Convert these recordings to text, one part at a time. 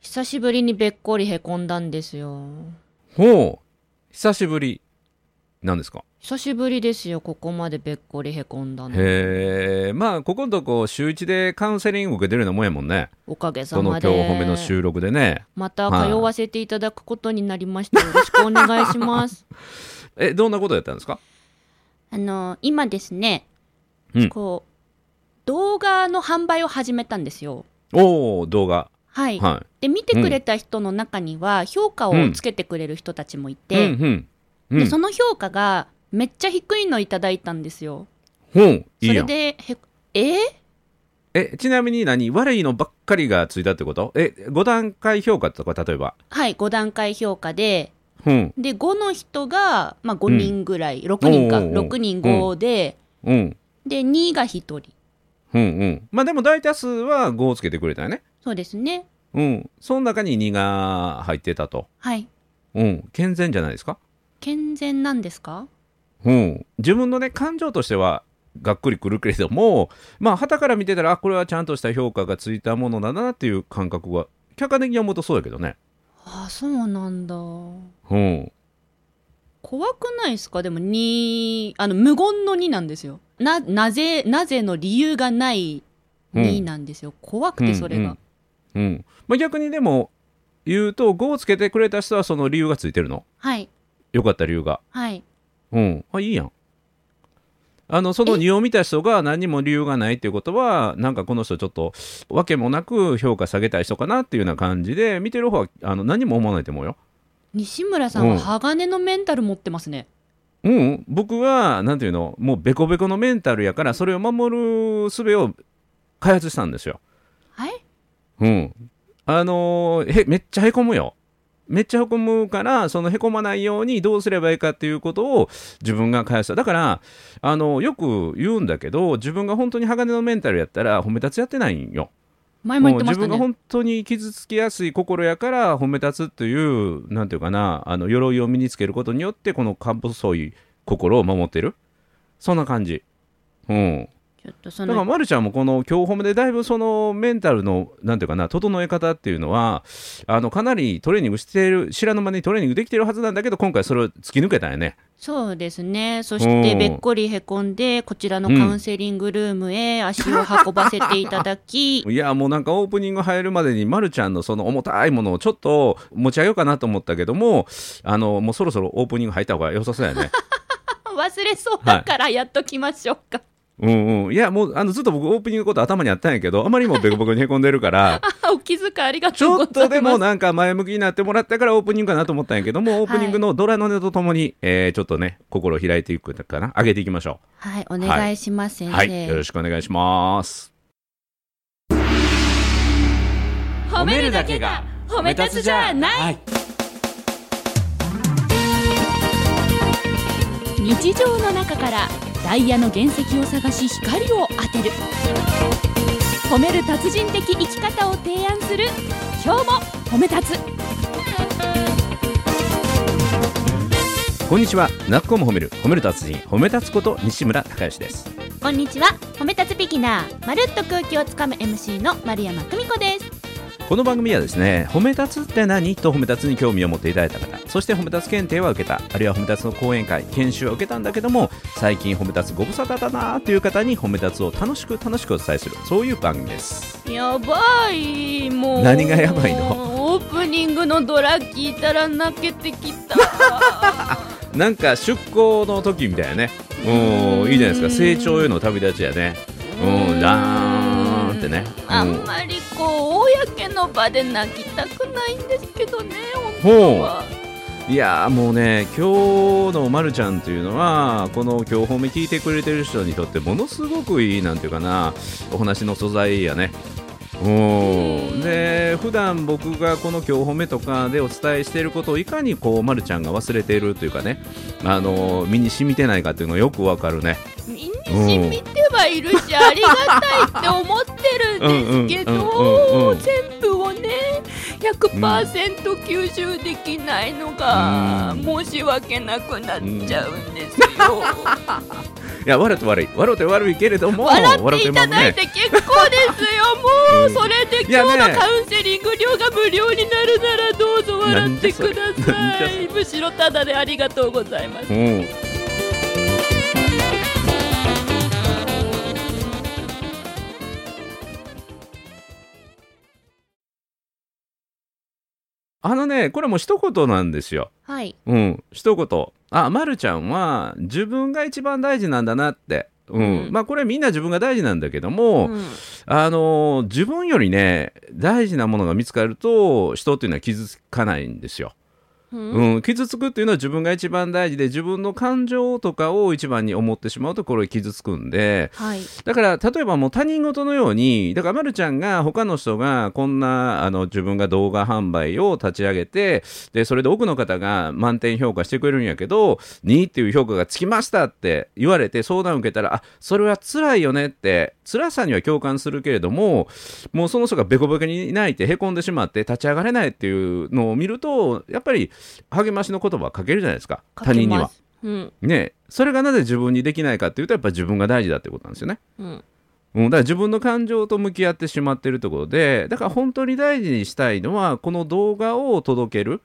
久しぶりにべっこりへこんだんですよ。ほう。久しぶり。なんですか久しぶりですよ、ここまでべっこりへこんだの。へえ。まあ、ここのとこ、週一でカウンセリング受けてるようなもんやもんね。おかげさこのま今で。日褒めの収録でね。また通わせていただくことになりました。よろしくお願いします。え、どんなことやったんですか あの、今ですね、うんこう、動画の販売を始めたんですよ。おお動画。はい。はで、見てくれた人の中には、評価をつけてくれる人たちもいい。て、うん、うん。うでん。その評価がめっちゃ低いのいただいたんですよ。ほう。いいやそん。れでへこ、えーえ、ちなみに何悪いのばっかりがついたってことえ、5段階評価とか、例えば。はい、5段階評価で、うん。で、5の人が、まあ、5人ぐらい、6人か、おうおうおう6人5で、うん。で、2が1人。うんうん。まあでも大多数は5をつけてくれたよね。そうですね。うん。その中に2が入ってたと。はい。うん。健全じゃないですか健全なんですかうん。自分のね、感情としては、がっくりくるけれども、まあ、旗から見てたら、あ、これはちゃんとした評価がついたものだなっていう感覚は、客観的に思うとそうやけどね。ああ、そうなんだ。うん。怖くないですかでも2、あの、無言の2なんですよ。な、なぜ、なぜの理由がない2なんですよ。怖くてそれが。うん。うん。まあ、逆にでも、言うと、5をつけてくれた人は、その理由がついてるの。はい、よかった理由が。はい。うん。あ、いいやん。あの、その2を見た人が何にも理由がないっていうことは、なんかこの人ちょっと、わけもなく評価下げたい人かなっていうような感じで、見てる方は、あの、何も思わないと思うよ。西村さんはうん鋼のメンタル持ってますね。うんうん、僕は、なんていうの、もうベコベコのメンタルやから、それを守る術を開発したんですよ。はいうん。あのーへ、めっちゃへこむよ。めっちゃへこむから、そのへこまないようにどうすればいいかっていうことを自分が返した。だから、あのよく言うんだけど、自分が本当に鋼のメンタルやったら、褒め立つやってないんよ。前も言ってま自した分がね。本当に傷つきやすい心やから褒め立つというなんていうかなあの鎧を身につけることによってこのか細い心を守ってるそんな感じうんちょっとそだかの、らまるちゃんもこの今日褒めでだいぶそのメンタルのなんていうかな整え方っていうのはあのかなりトレーニングしてる知らぬ間にトレーニングできてるはずなんだけど今回それを突き抜けたよねそうですね。そしうて、んべっこりへこんで、こちらのカウンセリングルームへ足を運ばせていただ き、いやもうなんかオープニング入るまでにまるちゃんのその重たいものをちょっと持ち上げようかなと思ったけどもあのもうそろそろオープニング入った方が良さそうやね忘れそうだからやっときましょう か。うんうんいやもうあのずっと僕オープニングのこと頭にあったんやけどあまりにもベコベコにへこんでるから あお気遣いありがちとうょごっざいます。とでもなんか前向きになってもらったからオープニングかなと思ったんやけどもオープニングのドラの音とともに、えーちょっとね心を開いていくかな上げていきましょはい、お願いします、先う生。はいよろしくお願いします褒めるだけが褒め立つじゃない、はい日常の中からダイヤの原石を探し光を当てる褒める達人的生き方を提案する今日も褒め立つこんにちはなっこも褒める褒める達人褒め立つこと西村孝之ですこんにちは褒め立つビギナーまるっと空気をつかむ MC の丸山久美子ですこの番組はですね褒め立つって何と褒め立つに興味を持っていただいた方そして褒め立つ検定は受けたあるいは褒め立つの講演会研修は受けたんだけども最近褒め立つご無沙汰だなという方に褒め立つを楽しく楽しくお伝えするそういう番組ですやばいもう何がやばいのオープニングのドラ聞いたら泣けてきた なんか出向の時みたいなねうんいいじゃないですか成長への旅立ちやねうんダーンってねあうんんまりこう公の場で泣きたくないんですけどね本ほ当うはいやーもうね今日のまるちゃんというのはこの今日褒め聞いてくれてる人にとってものすごくいいなんていうかなお話の素材やねうんで普段僕がこの今日褒めとかでお伝えしていることをいかにこうまるちゃんが忘れているというかねあの身に染みてないかというのがよくわかるね身に染みてはいるしありがたいって思ってるんですけうんうんうんうどん全部をね100%吸収できないのがうん申し訳なくなっちゃうんですよ。いや、笑って悪い。笑って悪いけれども、笑っていただいてて結構ですよもう、うんそれでいや今日のねカウンセリング料が無料になるならどうぞ笑ってくだなんじゃさそいむしろただでありがとうございますもんね。うん。あのね、これもう一言なんですよ。はいうん、一言「あまるちゃんは自分が一番大事なんだな」って、うんうんまあこれみんな自分が大事なんだけども、うんあのー自分よりね大事なものが見つかると人っていうのは傷つかないんですよ。うんうん、傷つくっていうのは自分が一番大事で自分の感情とかを一番に思ってしまうとこれ傷つくんではいだから例えばもう他人事のようにだからまるちゃんが他の人がこんなあの自分が動画販売を立ち上げてでそれで多くの方が満点評価してくれるんやけど2っていう評価がつきましたって言われて相談を受けたらあそれは辛いよねって辛さには共感するけれどももうその人がベコベコに泣いてへこんでしまって立ち上がれないっていうのを見るとやっぱり励ましの言葉をかけるじゃないですか他人には。うんねそれがなぜ自分にできないかっていうとやっぱ自分が大事だってことなんですよね。うんうん、だから自分の感情と向き合ってしまってるところでだから本当に大事にしたいのはこの動画を届ける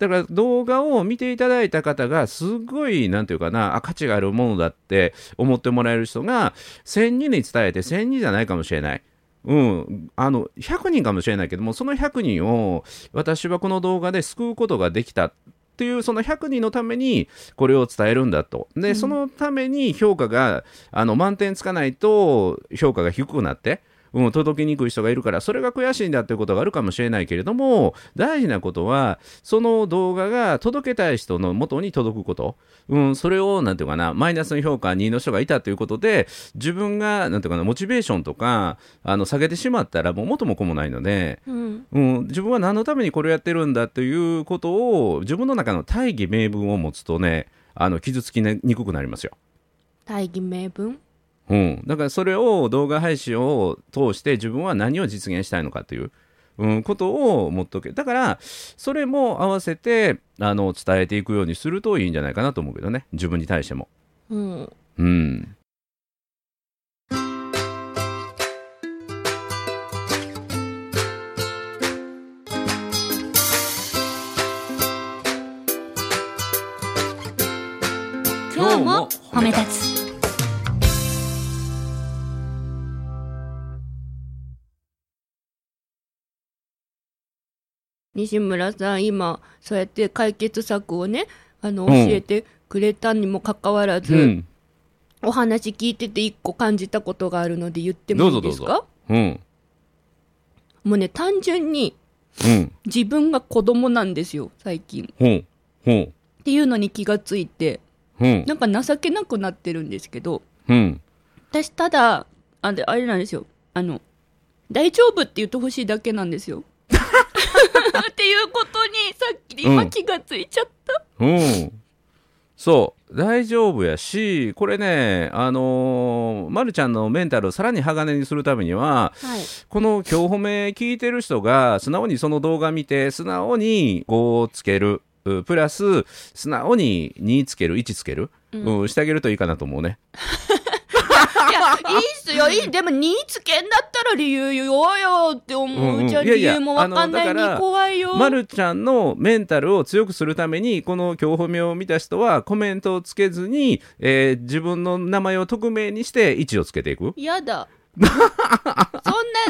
だから動画を見ていただいた方がすごいなんていうかなあ価値があるものだって思ってもらえる人が1000人に伝えて1000人じゃないかもしれない。うん、あの100人かもしれないけどもその100人を私はこの動画で救うことができたっていうその100人のためにこれを伝えるんだとで、うんそのために評価があの満点つかないと評価が低くなって、うん、届きにくい人がいるからそれが悔しいんだっていうことがあるかもしれないけれども大事なことはその動画が届けたい人の元に届くこと、うん、それをなんていうかなマイナスの評価2の人がいたということで自分がなんていうかなモチベーションとかあの下げてしまったらもう元も子もないので。うんうん、自分は何のためにこれをやってるんだということを自分の中の大義名分を持つとねあの傷つきにくくなりますよ。大義名分うん、だからそれを動画配信を通して自分は何を実現したいのかという、うん、ことを持っとけだからそれも合わせてあの伝えていくようにするといいんじゃないかなと思うけどね自分に対しても。うんうん、今日も褒め立つ西村さん今そうやって解決策をねあのう教んえてくれたにもかかわらず、うんお話聞いてて一個感じたことがあるので言ってどうもいぞどいでうすぞかうんもうね単純にうん自分が子供なんですよ最近ほうほうっていうのに気がついてほうなんか情けなくなってるんですけどうん私ただあであれなんですよあの大丈夫って言ってほしいだけなんですよっていうことにさっきう今ん気がついちゃった、うん。そう。大丈夫やし、これね、あのーまるちゃんのメンタルをさらに鋼にするためには、はいこの今日褒め聞いてる人が、素直にその動画見て、素直に5をつける。うプラス、素直に2つける、1つける。うんうん、してあげるといいかなと思うね。いやいいっ すよいいでも2つけんだったら理由言おうよって思う、うんうんじゃあいやい理や由もわかんないあのにだから怖いよ、まるちゃんのメンタルを強くするためにこの今日褒めを見た人はコメントをつけずに、えー自分の名前を匿名にして1をつけていく やだそんな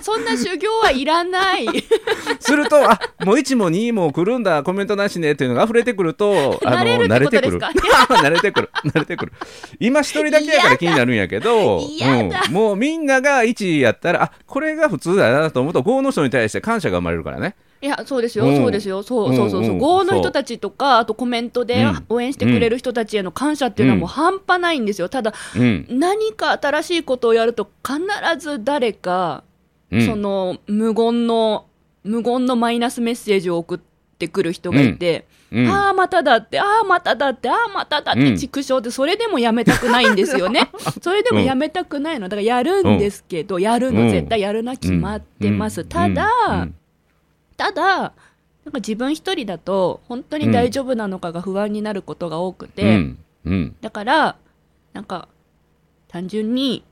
そんな修行はいらないすると、あもう1も2も来るんだ、コメントなしねっていうのが溢れてくると、あの慣れるって慣れてくる。こと慣れてくる。 慣れてくる。今一人だけやから気になるんやけど、嫌だうんもうみんなが1やったら、あこれが普通だなと思うと、5の人に対して感謝が生まれるからね。 いや、そうですよ、うんそうですよ、そうそうそうそう、うんうん GO の人たちとか、あとコメントでうん応援してくれる人たちへの感謝っていうのはもう半端ないんですよ、ただ、うん。何か新しいことをやると、必ず誰か、うんその無言の、無言のマイナスメッセージを送ってくる人がいて、うんああ、まただって、ああ、まただって、ああ、まただっうて、ん畜生って、それでもやめたくないんです よね、それでもやめたくないの、だからやるんですけど、やるうの、ん絶対やるな、決まってます。うんただ、うんただなんか自分一人だと本当に大丈夫なのかが不安になることが多くて、うん。うんだからなんか単純に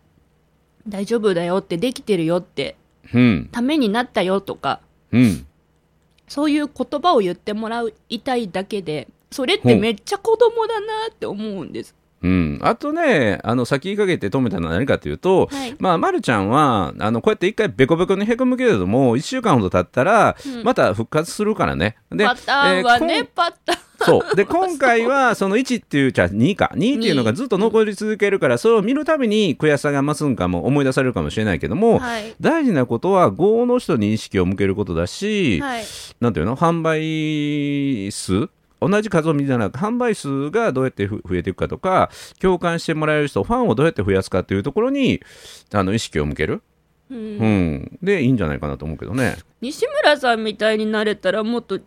大丈夫だよってできてるよってうんためになったよとかうんそういう言葉を言ってもらいたいだけでそれってめっちゃ子供だなって思うんです。うん、あとねあの先かけて止めたのは何かというと、はいまあ、ま、るちゃんはあのこうやって一回ベコベコにへこむけれども1週間ほど経ったらうんまた復活するからね。でパターンはね、えーこんパターン。そうで今回はその1っていうじゃあ2か2っていうのがずっと残り続けるからそれを見るたびに悔しさが増すんかも思い出されるかもしれないけども、はい。大事なことは業の人に意識を向けることだし、はい。なんていうの販売数同じ数を見てなく販売数がどうやってふ増えていくかとか共感してもらえる人ファンをどうやって増やすかっていうところにあの意識を向ける、う、うんん、でいいんじゃないかなと思うけどね西村さんみたいになれたらもっと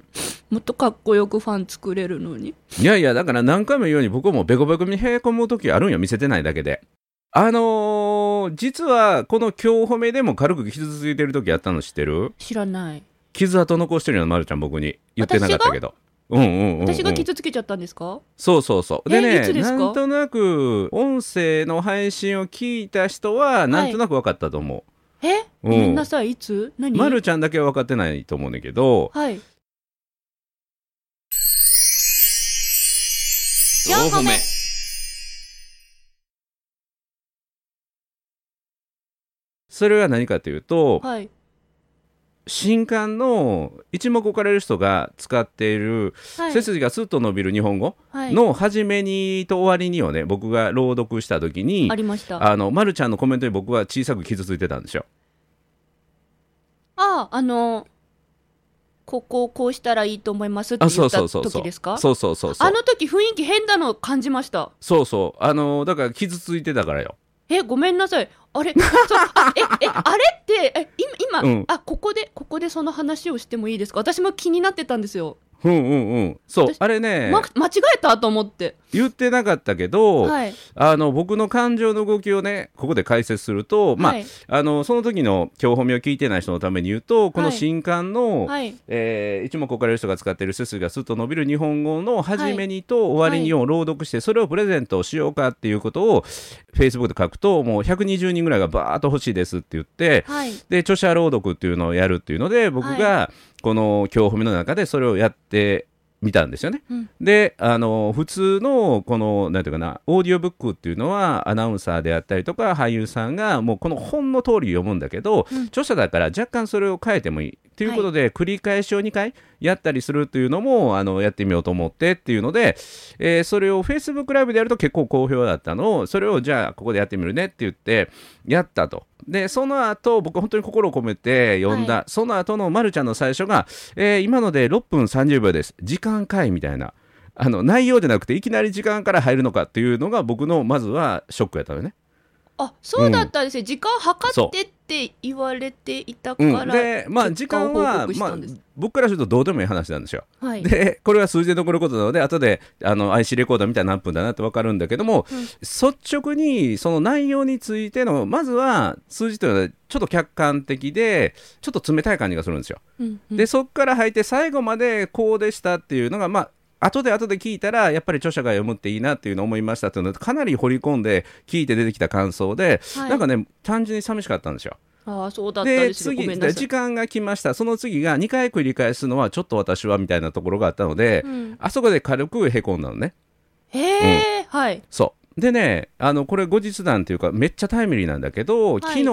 もっとかっこよくファン作れるのに。いやいやだから何回も言うように僕もベコベコにへこむ時あるんよ見せてないだけで。あのー実はこの今日褒めでも軽く傷ついてる時あったの知ってる知らない。傷跡残してるのまるちゃん僕に言ってなかったけど。うんうんうんうん、私が傷つけちゃったんですか、そうそうそう。えでいつね、ですかなんとなく音声の配信を聞いた人は、なんとなく分かったと思えう。ごめんなささい、いつ何まるちゃんだけは分かってないと思うんだけど、はい。 4個目それは何かというと、はい。新刊の一目置かれる人が使っている、はい。背筋がスッと伸びる日本語はい、の初めにと終わりにをね、僕が朗読した時にあ、りました。ああの、まるちゃんのコメントに僕は小さく傷ついてたんですよ。あ、あの、ここをこうしたらいいと思いますってあ、言そうったそうそうそう。時ですかそうそうそうそうあ。の時雰囲気変なの感じました。そうそう。あのだから傷ついてたからよ。え、ごめんなさい。あれ、 そうあえ、え、あれって、え、今、今、うんあ、ここで、ここでその話をしてもいいですか私も気になってたんですよ。うんうんうん。そう私。あれね、ま、間違えたと思って。言ってなかったけど、はい。あの僕の感情の動きをね、ここで解説すると、まあ、はい。あのその時の教本名を聞いてない人のために言うと、このはい新刊の、はい。えー一目置かれる人が使っている背筋がすっと伸びる日本語の始めにと終わりにを朗読して、それをプレゼントしようかっていうことを、Facebook で書くと、もう120人ぐらいがバーっと欲しいですって言って、はい。で著者朗読っていうのをやるっていうので僕がこの「今日褒め」の中でそれをやってみたんですよね。うんであの普通のこのなんていうかなオーディオブックっていうのはアナウンサーであったりとか俳優さんがもうこの本の通り読むんだけど、うん著者だから若干それを変えてもいい。ということで、繰り返しを2回やったりするっていうのもあのやってみようと思ってっていうので、えーそれを Facebook ライブでやると結構好評だったのをそれをじゃあここでやってみるねって言ってやったと。でその後僕本当に心を込めて読んだ、はその後のまるちゃんの最初が、えー今ので6分30秒です時間かいみたいなあの内容じゃなくていきなり時間から入るのかっていうのが僕のまずはショックやったのね。あ、そうだったんですね。時間計ってって言われていたかうら。ん、でまあ時間は報告しまたあんです、僕からするとどうでもいい話なんですよ。はい。でこれは数字で残ることなので後であの IC レコーダーみたいな何分だなって分かるんだけども、うん率直にその内容についてのまずは数字というのはちょっと客観的でちょっと冷たい感じがするんですよ。うんうんでそこから入って最後までこうでしたっていうのがまあ後で後で聞いたらやっぱり著者が読むっていいなっていうのを思いましたっていうのをかなり掘り込んで聞いて出てきた感想で、はいなんかね単純に寂しかったんですよ。ああ、そうだったんでですね。ご次めんなさ時い。間が来ましたその次が2回繰り返すのはちょっと私はみたいなところがあったので、うんあそこで軽くへこんだのねへえ、はい。そうでねあのこれ後日談というかめっちゃタイムリーなんだけど、い昨日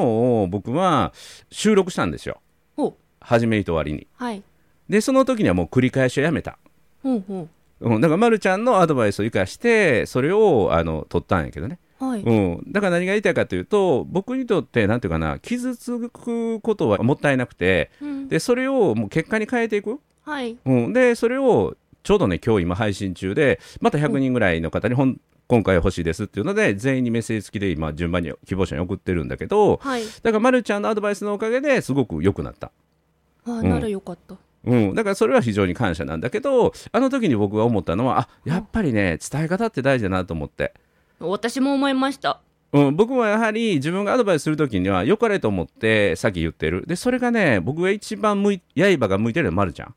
僕は収録したんですよお初めにと終わりにはい。でその時にはもう繰り返しをやめた、ほうほうん、だからまるちゃんのアドバイスを生かしてそれをあの取ったんやけどねう。はい。うん、だから何が言いたいかというと僕にとってなんていうかな傷つくことはもったいなくてうんでそれをもう結果に変えていく、はい。うん、でそれをちょうどね今日今配信中でまた100人ぐらいの方に本今回欲しいですっていうので全員にメッセージ付きで今順番に希望者に送ってるんだけどはい。だからまるちゃんのアドバイスのおかげですごく良くなった。ああ、んならよかった。うん、だからそれは非常に感謝なんだけどあの時に僕が思ったのはあやっぱりね伝え方って大事だなと思って、私も思いました。うん、僕もやはり自分がアドバイスする時には良かれと思ってさっき言ってるでそれがね僕が一番向い刃が向いてるのはまるちゃん、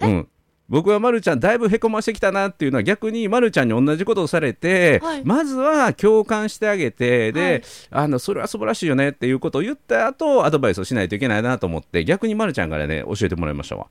うん、僕はまるちゃんだいぶへこましてきたなっていうのは逆にまるちゃんに同じことをされて、はいまずは共感してあげてで、はいあのそれは素晴らしいよねっていうことを言った後アドバイスをしないといけないなと思って逆にまるちゃんからね教えてもらいましたわ。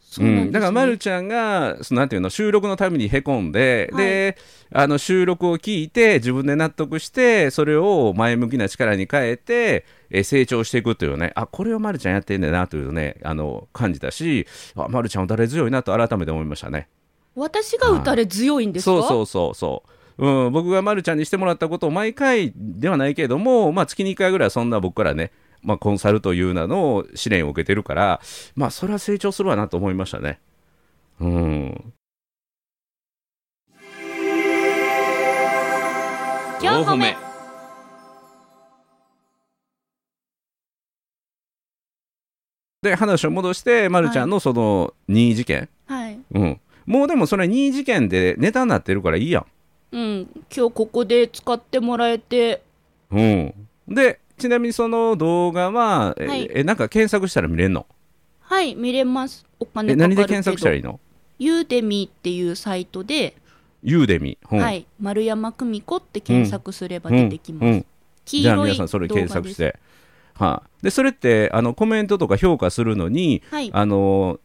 そうなんですね、ん、だからまるちゃんがそのなんていうの収録のためにへこんで、はいであの収録を聞いて自分で納得してそれを前向きな力に変えて、えー成長していくというねあこれをまるちゃんやってんだなというねあの感じたしあまるちゃん打たれ強いなと改めて思いましたね。私が打たれ強いんですか、そうそうそうそううん、僕がまるちゃんにしてもらったことを毎回ではないけれども、まあ、月に1回ぐらいそんな僕からね、まあ、コンサルという名の試練を受けてるから、まあ、それは成長するわなと思いましたね。うん、 4歩目で話を戻して、ま、るちゃんのその任意事件、はいうん、もうでもそれ任意事件でネタになってるからいいやん。うん、今日ここで使ってもらえてうん、でちなみにその動画は、えはいえなんか検索したら見れんのはい見れますお金えかかる何けどで検索したらいいのユーデミーっていうサイトで、ユーデミ、うんはい、丸山久美子って検索すればうん出てきます、うん黄じゃあ色い皆さん動画ですそれ検索して、はいでそれってあのコメントとか評価するのに、はいあの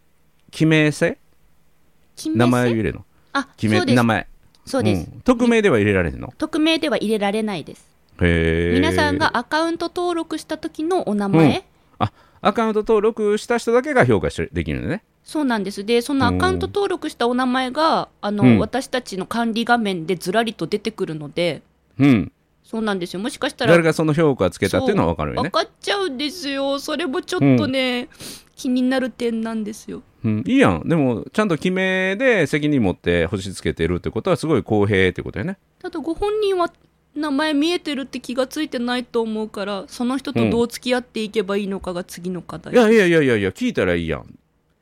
記名制決名前をせ入れるのあ記そ名うで名す前そうです、ん匿名では入れられへんの匿名では入れられないです、へー皆さんがアカウント登録した時のお名前、うんアカウント登録した人だけが評価しできるのねそうなんですでそのアカウント登録したお名前があの、うん私たちの管理画面でずらりと出てくるのでうんそうなんですよもしかしたら誰がその評価をつけたっていうのは分かるよ分ねかっちゃうんですよそれもちょっとね、気になる点なんですようん、いいやんでもちゃんと記名で責任持って星つけてるってことはすごい公平ってことよねただご本人は名前見えてるって気がついてないと思うからその人とどう付き合っていけばいいのかが次の課題、いやいやいやいやいや聞いたらいいやん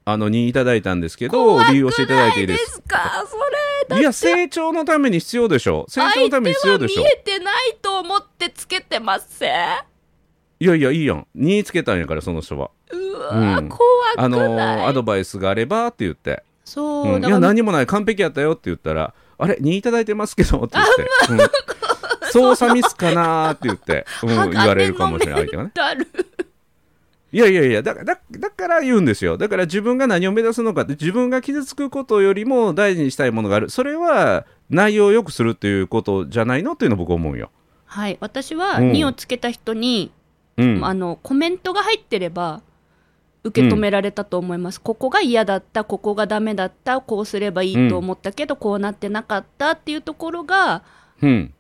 あのにいただいたんですけど怖く理由をしていただいていいですすかそれいや成長のために必要でしょ成長のために必要でしょ相手は見えてないと思ってつけてませんいやいやいいやんにつけたんやからその人はうわ、うん怖くない、あのアドバイスがあればって言って、そうう、ん、いだかやら何もない完璧やったよって言ったらあれにいただいてますけどって言って、 うん操作ミスかなーって言って、うん、言われるかもしれない鋼相手のはメねンタルいやいやいやだだだから言うんですよだから自分が何を目指すのかって自分が傷つくことよりも大事にしたいものがあるそれは内容を良くするっていうことじゃないのっていうの僕思うよ、はい私はうん2をつけた人に、うん、あのコメントが入ってれば受け止められたと思います、ここが嫌だったここがダメだったこうすればいいと思ったけど、こうなってなかったっていうところがうん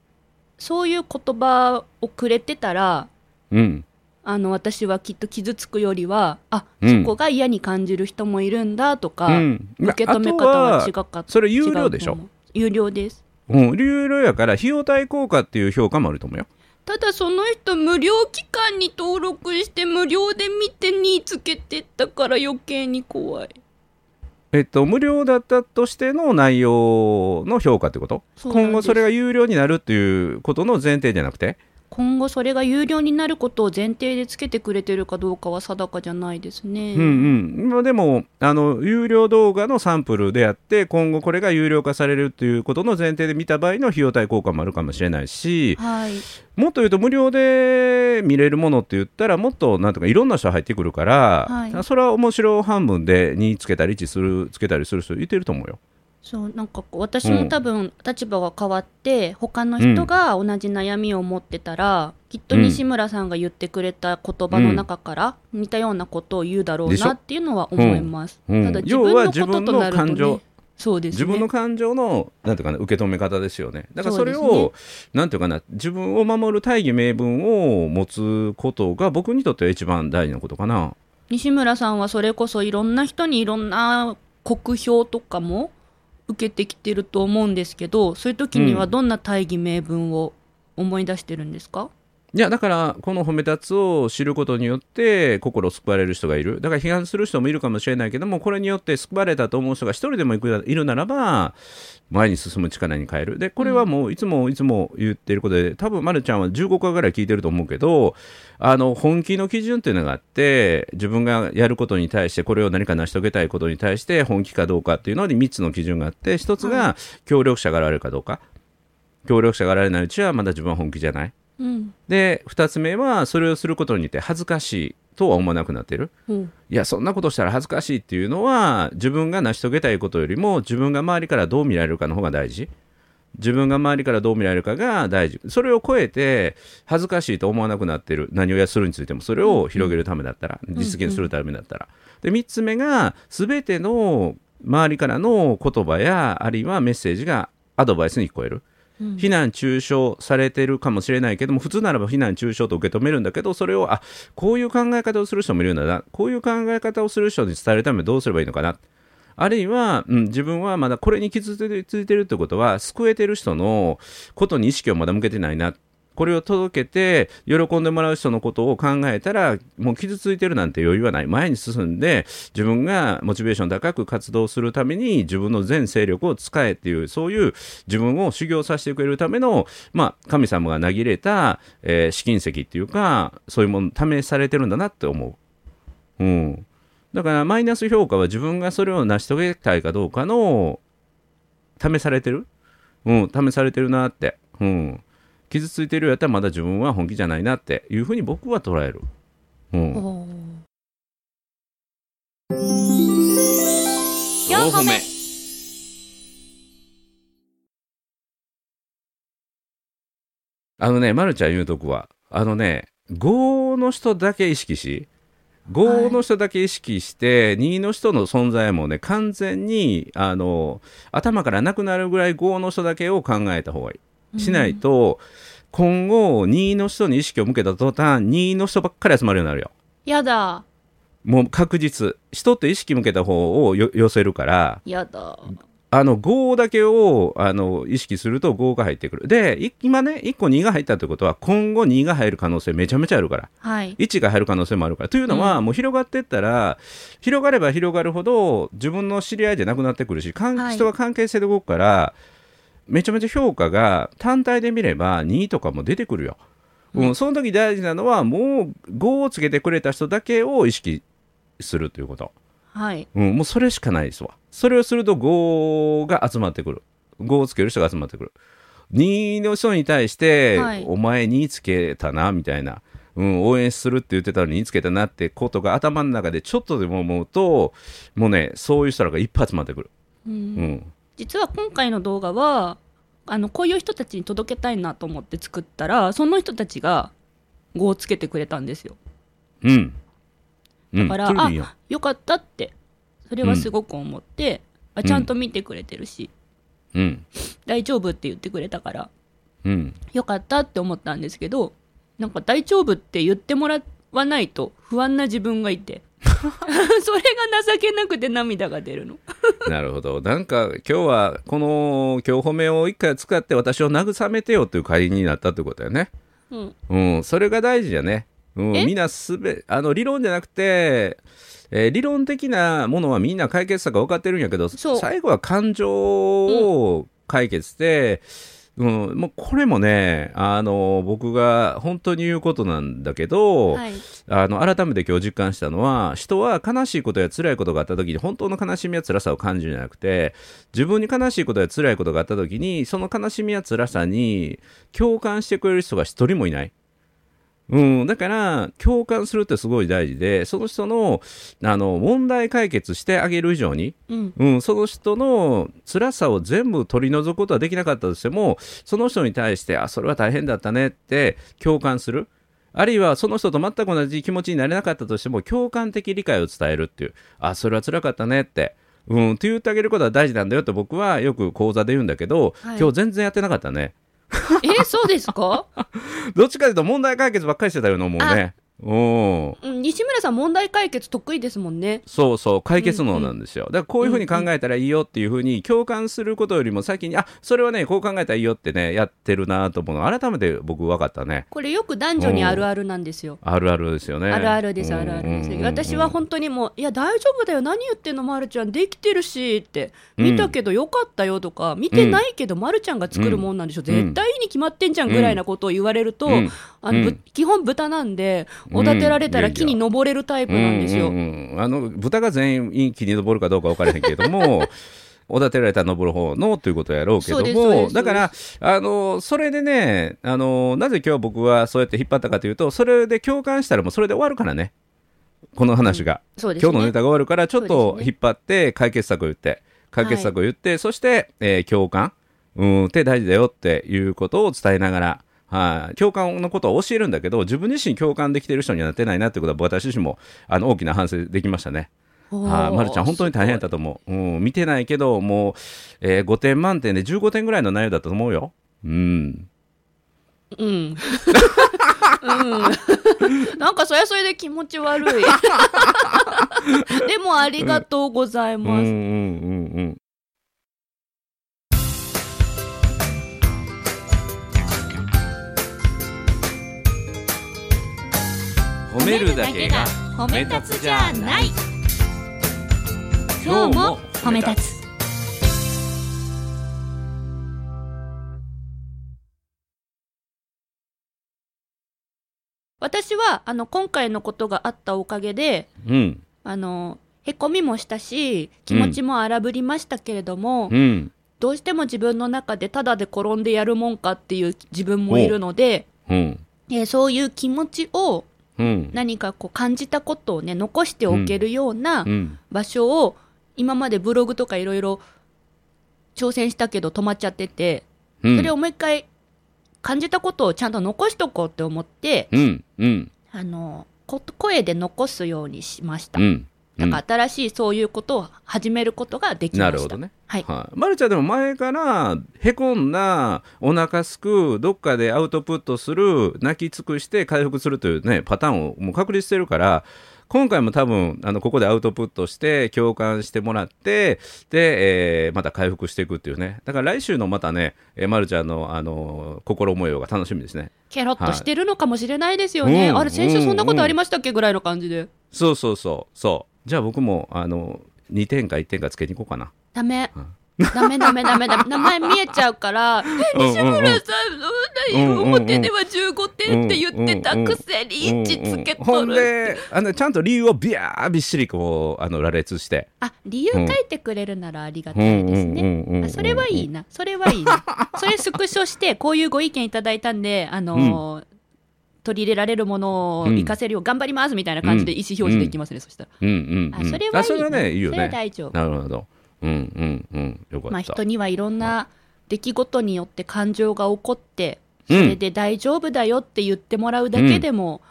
そういう言葉をくれてたらうんあの私はきっと傷つくよりはあ、うんそこが嫌に感じる人もいるんだとか、うん、受け止め方あは違とかったそれ有料でし違ょうと思う有料ですうん、有料やから費用対効果っていう評価もあると思うよただその人無料期間に登録して無料で見てにつけてったから余計に怖いえっと無料だったとしての内容の評価ってことそうなんです今後それが有料になるっていうことの前提じゃなくて今後それが有料になることを前提でつけてくれてるかどうかは定かじゃないですね。うんうん、まあ、でもあの有料動画のサンプルであって今後これが有料化されるっていうことの前提で見た場合の費用対効果もあるかもしれないしはい、もっと言うと無料で見れるものって言ったらもっとなんとかいろんな人入ってくるから、はいそれは面白半分で2つけたり1するつけたりする人いてると思うよ。そうなんかこう私も多分立場が変わって、他の人が同じ悩みを持ってたら、きっと西村さんが言ってくれた言葉の中から似たようなことを言うだろうでしょなっていうのは思います。うんうんただ自分要はの自こと分とのなると、ね、感情そうですね。自分の感情のなんていうかな受け止め方ですよねだからそれそうでをなんていうかな自分を守る大義名分を持つことが僕にとっては一番大事なことかな。西村さんはそれこそいろんな人にいろんな酷評とかも受けてきてると思うんですけどそういう時にはどんな大義名分を思い出してるんですか、いいやだからこの褒め立つを知ることによって心を救われる人がいるだから批判する人もいるかもしれないけどもこれによって救われたと思う人が一人でもいくいるならば前に進む力に変えるでこれはもういつもいつも言っていることで多分まるちゃんは15回ぐらい聞いてると思うけどあの本気の基準っていうのがあって自分がやることに対してこれを何か成し遂げたいことに対して本気かどうかっていうのに3つの基準があって1つが協力者が現れるかどうか協力者が現れないうちはまだ自分は本気じゃない。うんで2つ目はそれをすることによって恥ずかしいとは思わなくなっているうんいやそんなことしたら恥ずかしいっていうのは自分が成し遂げたいことよりも自分が周りからどう見られるかの方が大事自分が周りからどう見られるかが大事それを超えて恥ずかしいと思わなくなっている何をやするについてもそれを広げるためだったら実現するためだったらで3つ目が全ての周りからの言葉やあるいはメッセージがアドバイスに聞こえるうん非難中傷されてるかもしれないけども普通ならば非難中傷と受け止めるんだけどそれをあこういう考え方をする人もいるんだなこういう考え方をする人に伝えるためにどうすればいいのかなあるいは、うん、自分はまだこれに傷ついてるってことは救えてる人のことに意識をまだ向けてないなこれを届けて喜んでもらう人のことを考えたらもう傷ついてるなんて余裕はない前に進んで自分がモチベーション高く活動するために自分の全勢力を使えっていうそういう自分を修行させてくれるための、まあ、神様がなぎれた、えー試金石っていうかそういうもの試されてるんだなって思う。うん、だからマイナス評価は自分がそれを成し遂げたいかどうかの試されてる、うん、試されてるなって、うん、傷ついてるやったらまだ自分は本気じゃないなっていうふうに僕は捉える。うんおー4歩目あのね、ま、るちゃん言うとこはあのね5の人だけ意識し5の人だけ意識して、2の人の存在もね完全にあの頭からなくなるぐらい5の人だけを考えた方がいいしないと、今後2の人に意識を向けた途端2の人ばっかり集まるようになるよ。やだもう確実人って意識向けた方をよ寄せるからやだあの5だけをあの意識すると5が入ってくるでい今ね1個2が入ったってことは今後2が入る可能性めちゃめちゃあるからはい1が入る可能性もあるからというのは、もう広がってったら広がれば広がるほど自分の知り合いじゃなくなってくるし関はい人が関係性で動くから、めちゃめちゃ評価が単体で見れば2とかも出てくるよ。うん、その時大事なのはもう5をつけてくれた人だけを意識するということ。はいうん、もうそれしかないですわ。それをすると5が集まってくる。5をつける人が集まってくる。2の人に対して、はいお前2つけたな、みたいな。うん、応援するって言ってたのに2つけたなってことが頭の中でちょっとでも思うと、もうね、そういう人らがいっぱい集まってくる。ううんん。実は今回の動画はあのこういう人たちに届けたいなと思って作ったらその人たちが5をつけてくれたんですようん。うん。だから、それでいいやんあよかったってそれはすごく思って、あちゃんと見てくれてるし、うん。大丈夫って言ってくれたからうん。よかったって思ったんですけどなんか大丈夫って言ってもらわないと不安な自分が いてそれが情けなくて涙が出るのなるほど。なんか今日はこの今日褒めを一回使って私を慰めてよという会になったってことだよね。うんうん、それが大事じゃね。うん、えみんなすべ、あの、理論じゃなくて、えー理論的なものはみんな解決策が分かってるんやけど、そう最後は感情を解決して、うん、もうこれもね、あの、僕が本当に言うことなんだけど、はいあの改めて今日実感したのは人は悲しいことや辛いことがあった時に本当の悲しみや辛さを感じるんじゃなくて自分に悲しいことや辛いことがあった時にその悲しみや辛さに共感してくれる人が一人もいない。うん、だから共感するってすごい大事でその人のあの問題解決してあげる以上にうんうん、その人の辛さを全部取り除くことはできなかったとしてもその人に対してあそれは大変だったねって共感するあるいはその人と全く同じ気持ちになれなかったとしても共感的理解を伝えるっていうあそれは辛かったねって。うん、って言ってあげることは大事なんだよって僕はよく講座で言うんだけど、はい今日全然やってなかったね。えそうですかどっちかというと問題解決ばっかりしてたようなもうね。おーうん西村さん問題解決得意ですもんね。そうそう解決能なんですよ、だからこういうふうに考えたらいいよっていうふうに共感することよりも先にあそれはねこう考えたらいいよってねやってるなと思うの改めて僕分かったねこれよく男女にあるあるなんですよ。あるあるですよねあるあるです、あるあるうんうんでうす。ん私は本当にもう、いや、大丈夫だよ、何言ってんの、まるちゃん、できてるしって、見たけどよかったよとか、見てないけど、まるちゃんが作るもんなんでしょ、絶対に決まってんじゃんぐらいなことを言われると、うんあのぶうん基本、豚なんで、おだてられたうらん木に登れるタイプなんですよ。うんうんうんあの豚が全員気に登るかどうか分からへんけれど もおだてられたら登る方のということやろうけどそうですそうでもすだからあのそれでねあのなぜ今日僕はそうやって引っ張ったかというとそれで共感したらもうそれで終わるからねこの話が、そうです今日のねネタが終わるからちょっそうとですね引っ張って解決策を言って解決策を言って、そして、えー共感うんって大事だよっていうことを伝えながら。はい、共感のことを教えるんだけど自分自身共感できてる人にはなってないなってことは私自身もあの大きな反省できましたね。おーはい、ま、るちゃん本当に大変だったと思う、うん、見てないけどもう、えー5点満点で15点ぐらいの内容だったと思うよ。うん、うん。うん。なん かそりゃそれで気持ち悪い。 でもありがとうございうんうんます。うんうん褒めるだけが褒め立つじゃない今日も褒め立つ私は、あの、今回のことがあったおかげで、うんあの、へこみもしたし、気持ちも荒ぶりましたけれども、うんどうしても自分の中でただで転んでやるもんかっていう自分もいるので、うんえーそういう気持ちをうん何かこう感じたことをね、残しておけるような、うん場所を今までブログとかいろいろ挑戦したけど止まっちゃってて、うんそれをもう一回感じたことをちゃんと残しとこうって思って、うんうんあのこ声で残すようにしました、うんだから新しいそういうことを始めることができましたなるほどね。はい、はい、まるちゃんでも前からへこんだお腹すくどっかでアウトプットする泣き尽くして回復するというねパターンをもう確立してるから今回も多分あのここでアウトプットして共感してもらってで、えーまた回復していくっていうねだから来週のまたね、えー、まるちゃんの、あのー心模様が楽しみですね。ケロッとしてるのかもしれないですよね、うんあれ先週そんなことありましたっけぐらいの感じで、そうそうそうそうじゃあ僕もあの2点か1点かつけに行こうかな。ダメうんダメダメダメダメ名前見えちゃうから西村さん、そんな表では15点って言ってたくせに一致つけほとんる。であのちゃんと理由をビャーびっしりこうあの羅列して、あ、理由書いてくれるならありがたいですね。あそれはいいな、それはい いな。それスクショして、こういうご意見いただいたんで、あのー取り入れられるものを活かせるよう頑張りますみたいな感じで意思表示できますね、そしたら。うんうんあうん、それはいいなあそれはねいいよそれはね大丈夫。なるほどうんうんうんよかった、まあ人にはいろんな出来事によって感情が起こって、うそれんで大丈夫だよって言ってもらうだけでも、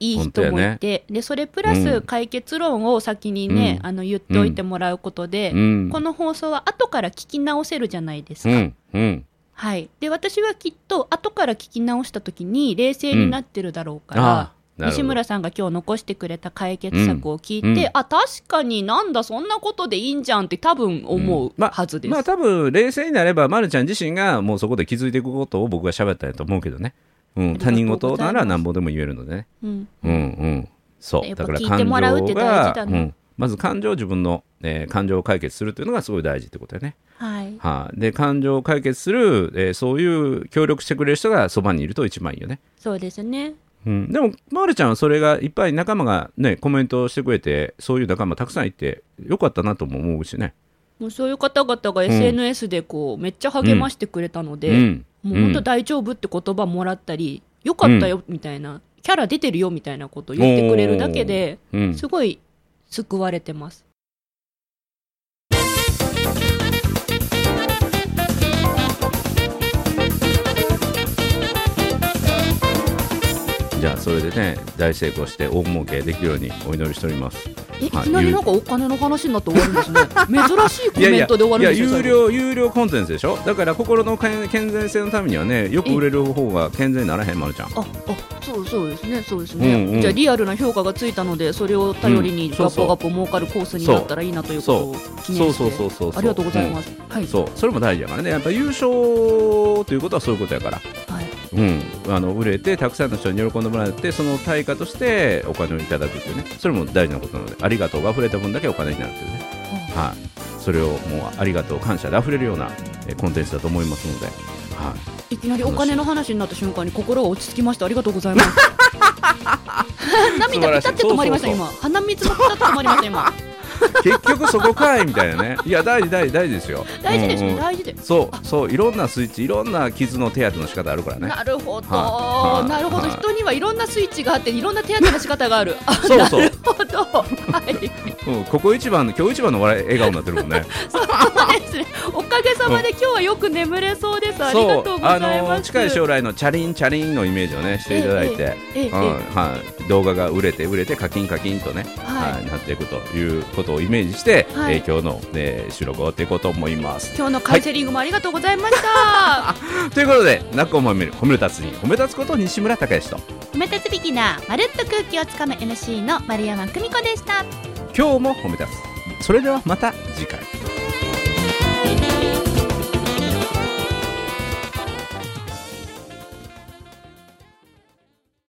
いい人もいて、でそれプラうスん解決論を先にね、うんあの言っておいてもらうことで、うんこの放送は後から聞き直せるじゃないですうか。んうんはい、で私はきっと後から聞き直した時に冷静になってるだろうからあ、なるほど西村さんが今日残してくれた解決策を聞いて、うんうんあ確かになんだそんなことでいいんじゃんって多分思うまあはずです。まあ多分冷静になれば、ま、るちゃん自身がもうそこで気づいていくことを僕が喋ったんやと思うけどね、うありん、がとうござ他人事ないますら何ぼでも言えるのでねうんうんうんそやうっぱだから聞いて感もらうって情大事がだう、なんまず感情を自分の、えー感情を解決するというのがすごい大事ってことだよねはいはい、で感情を解決する、えーそういう協力してくれる人がそばにいると一番いいよね、そうですねうん、でもまるちゃんはそれがいっぱい仲間がねコメントをしてくれてそういう仲間たくさんいてよかったなとも思うしねもうそういう方々が SNS でこう、めっちゃ励ましてくれたので、うんもう本当大丈夫って言葉もらったり、よかったよみたいな、キャラ出てるよみたいなこと言ってくれるだけで、うんすごい救われてます。じゃあそれでね大成功して大儲けできるようにお祈りしておりますえいはいきなりなんかお金の話になって終わる んですね珍しいコいやいメやントで終わるんいでやすよ有料有料コンテンツでしょだから心の健健全性のためにはねよく売れる方が健全にならへんまるちゃん最後ああそうそうですねそうですね、うんうんじゃあリアルな評価がついたのでそれを頼りにうんガそうッそうポガッポ儲かるコースになったらいいなということを記そ念うしそてうそうそうそうありがとうございます、はいそうそれも大事だからねやっぱ優勝ということはそういうことやからはいうんあの売れてたくさんの人に喜んでもらってその対価としてお金をいただくっていうねそれも大事なことなのでありがとうが溢れた分だけお金になるっていうねはいそれをもうありがとう感謝で溢れるようなえーコンテンツだと思いますのではいいきなりお金の話になった瞬間に心が落ち着きましたありがとうご ざいます涙ピタって止まりました素晴らしいそうそうそう今鼻水もピタって止まりました 今結局そこかいみたいなねい や大事大事大事ですよ大事ですうんねうん大事でそうそういろんなスイッチいろんな傷の手当ての仕方あるからねなるほど、はいはいなるほど、はい人にはいろんなスイッチがあっていろんな手当ての仕方があるあそうそうなるほどはいうん、ここ一番の今日一番の笑い笑顔になってるもんねそうですねおかげさまで今日はよく眠れそうですありがとうござあいます、の近い将来のチャリンチャリンのイメージをねしていただいて、ええええうんはい、動画が売れて売れてカキンカキンとね、はいなっていくということをイメージして、はいえー今日の、ね、収録を終わっていこうと思います。今日のカウンセリングもありがとうございました、ということで「なっこを褒める褒める達人褒め立つこと西村孝之と褒め立つビギナーまるっと空気をつかむ MC の丸山久美子でした今日も褒め立つそれではまた次回。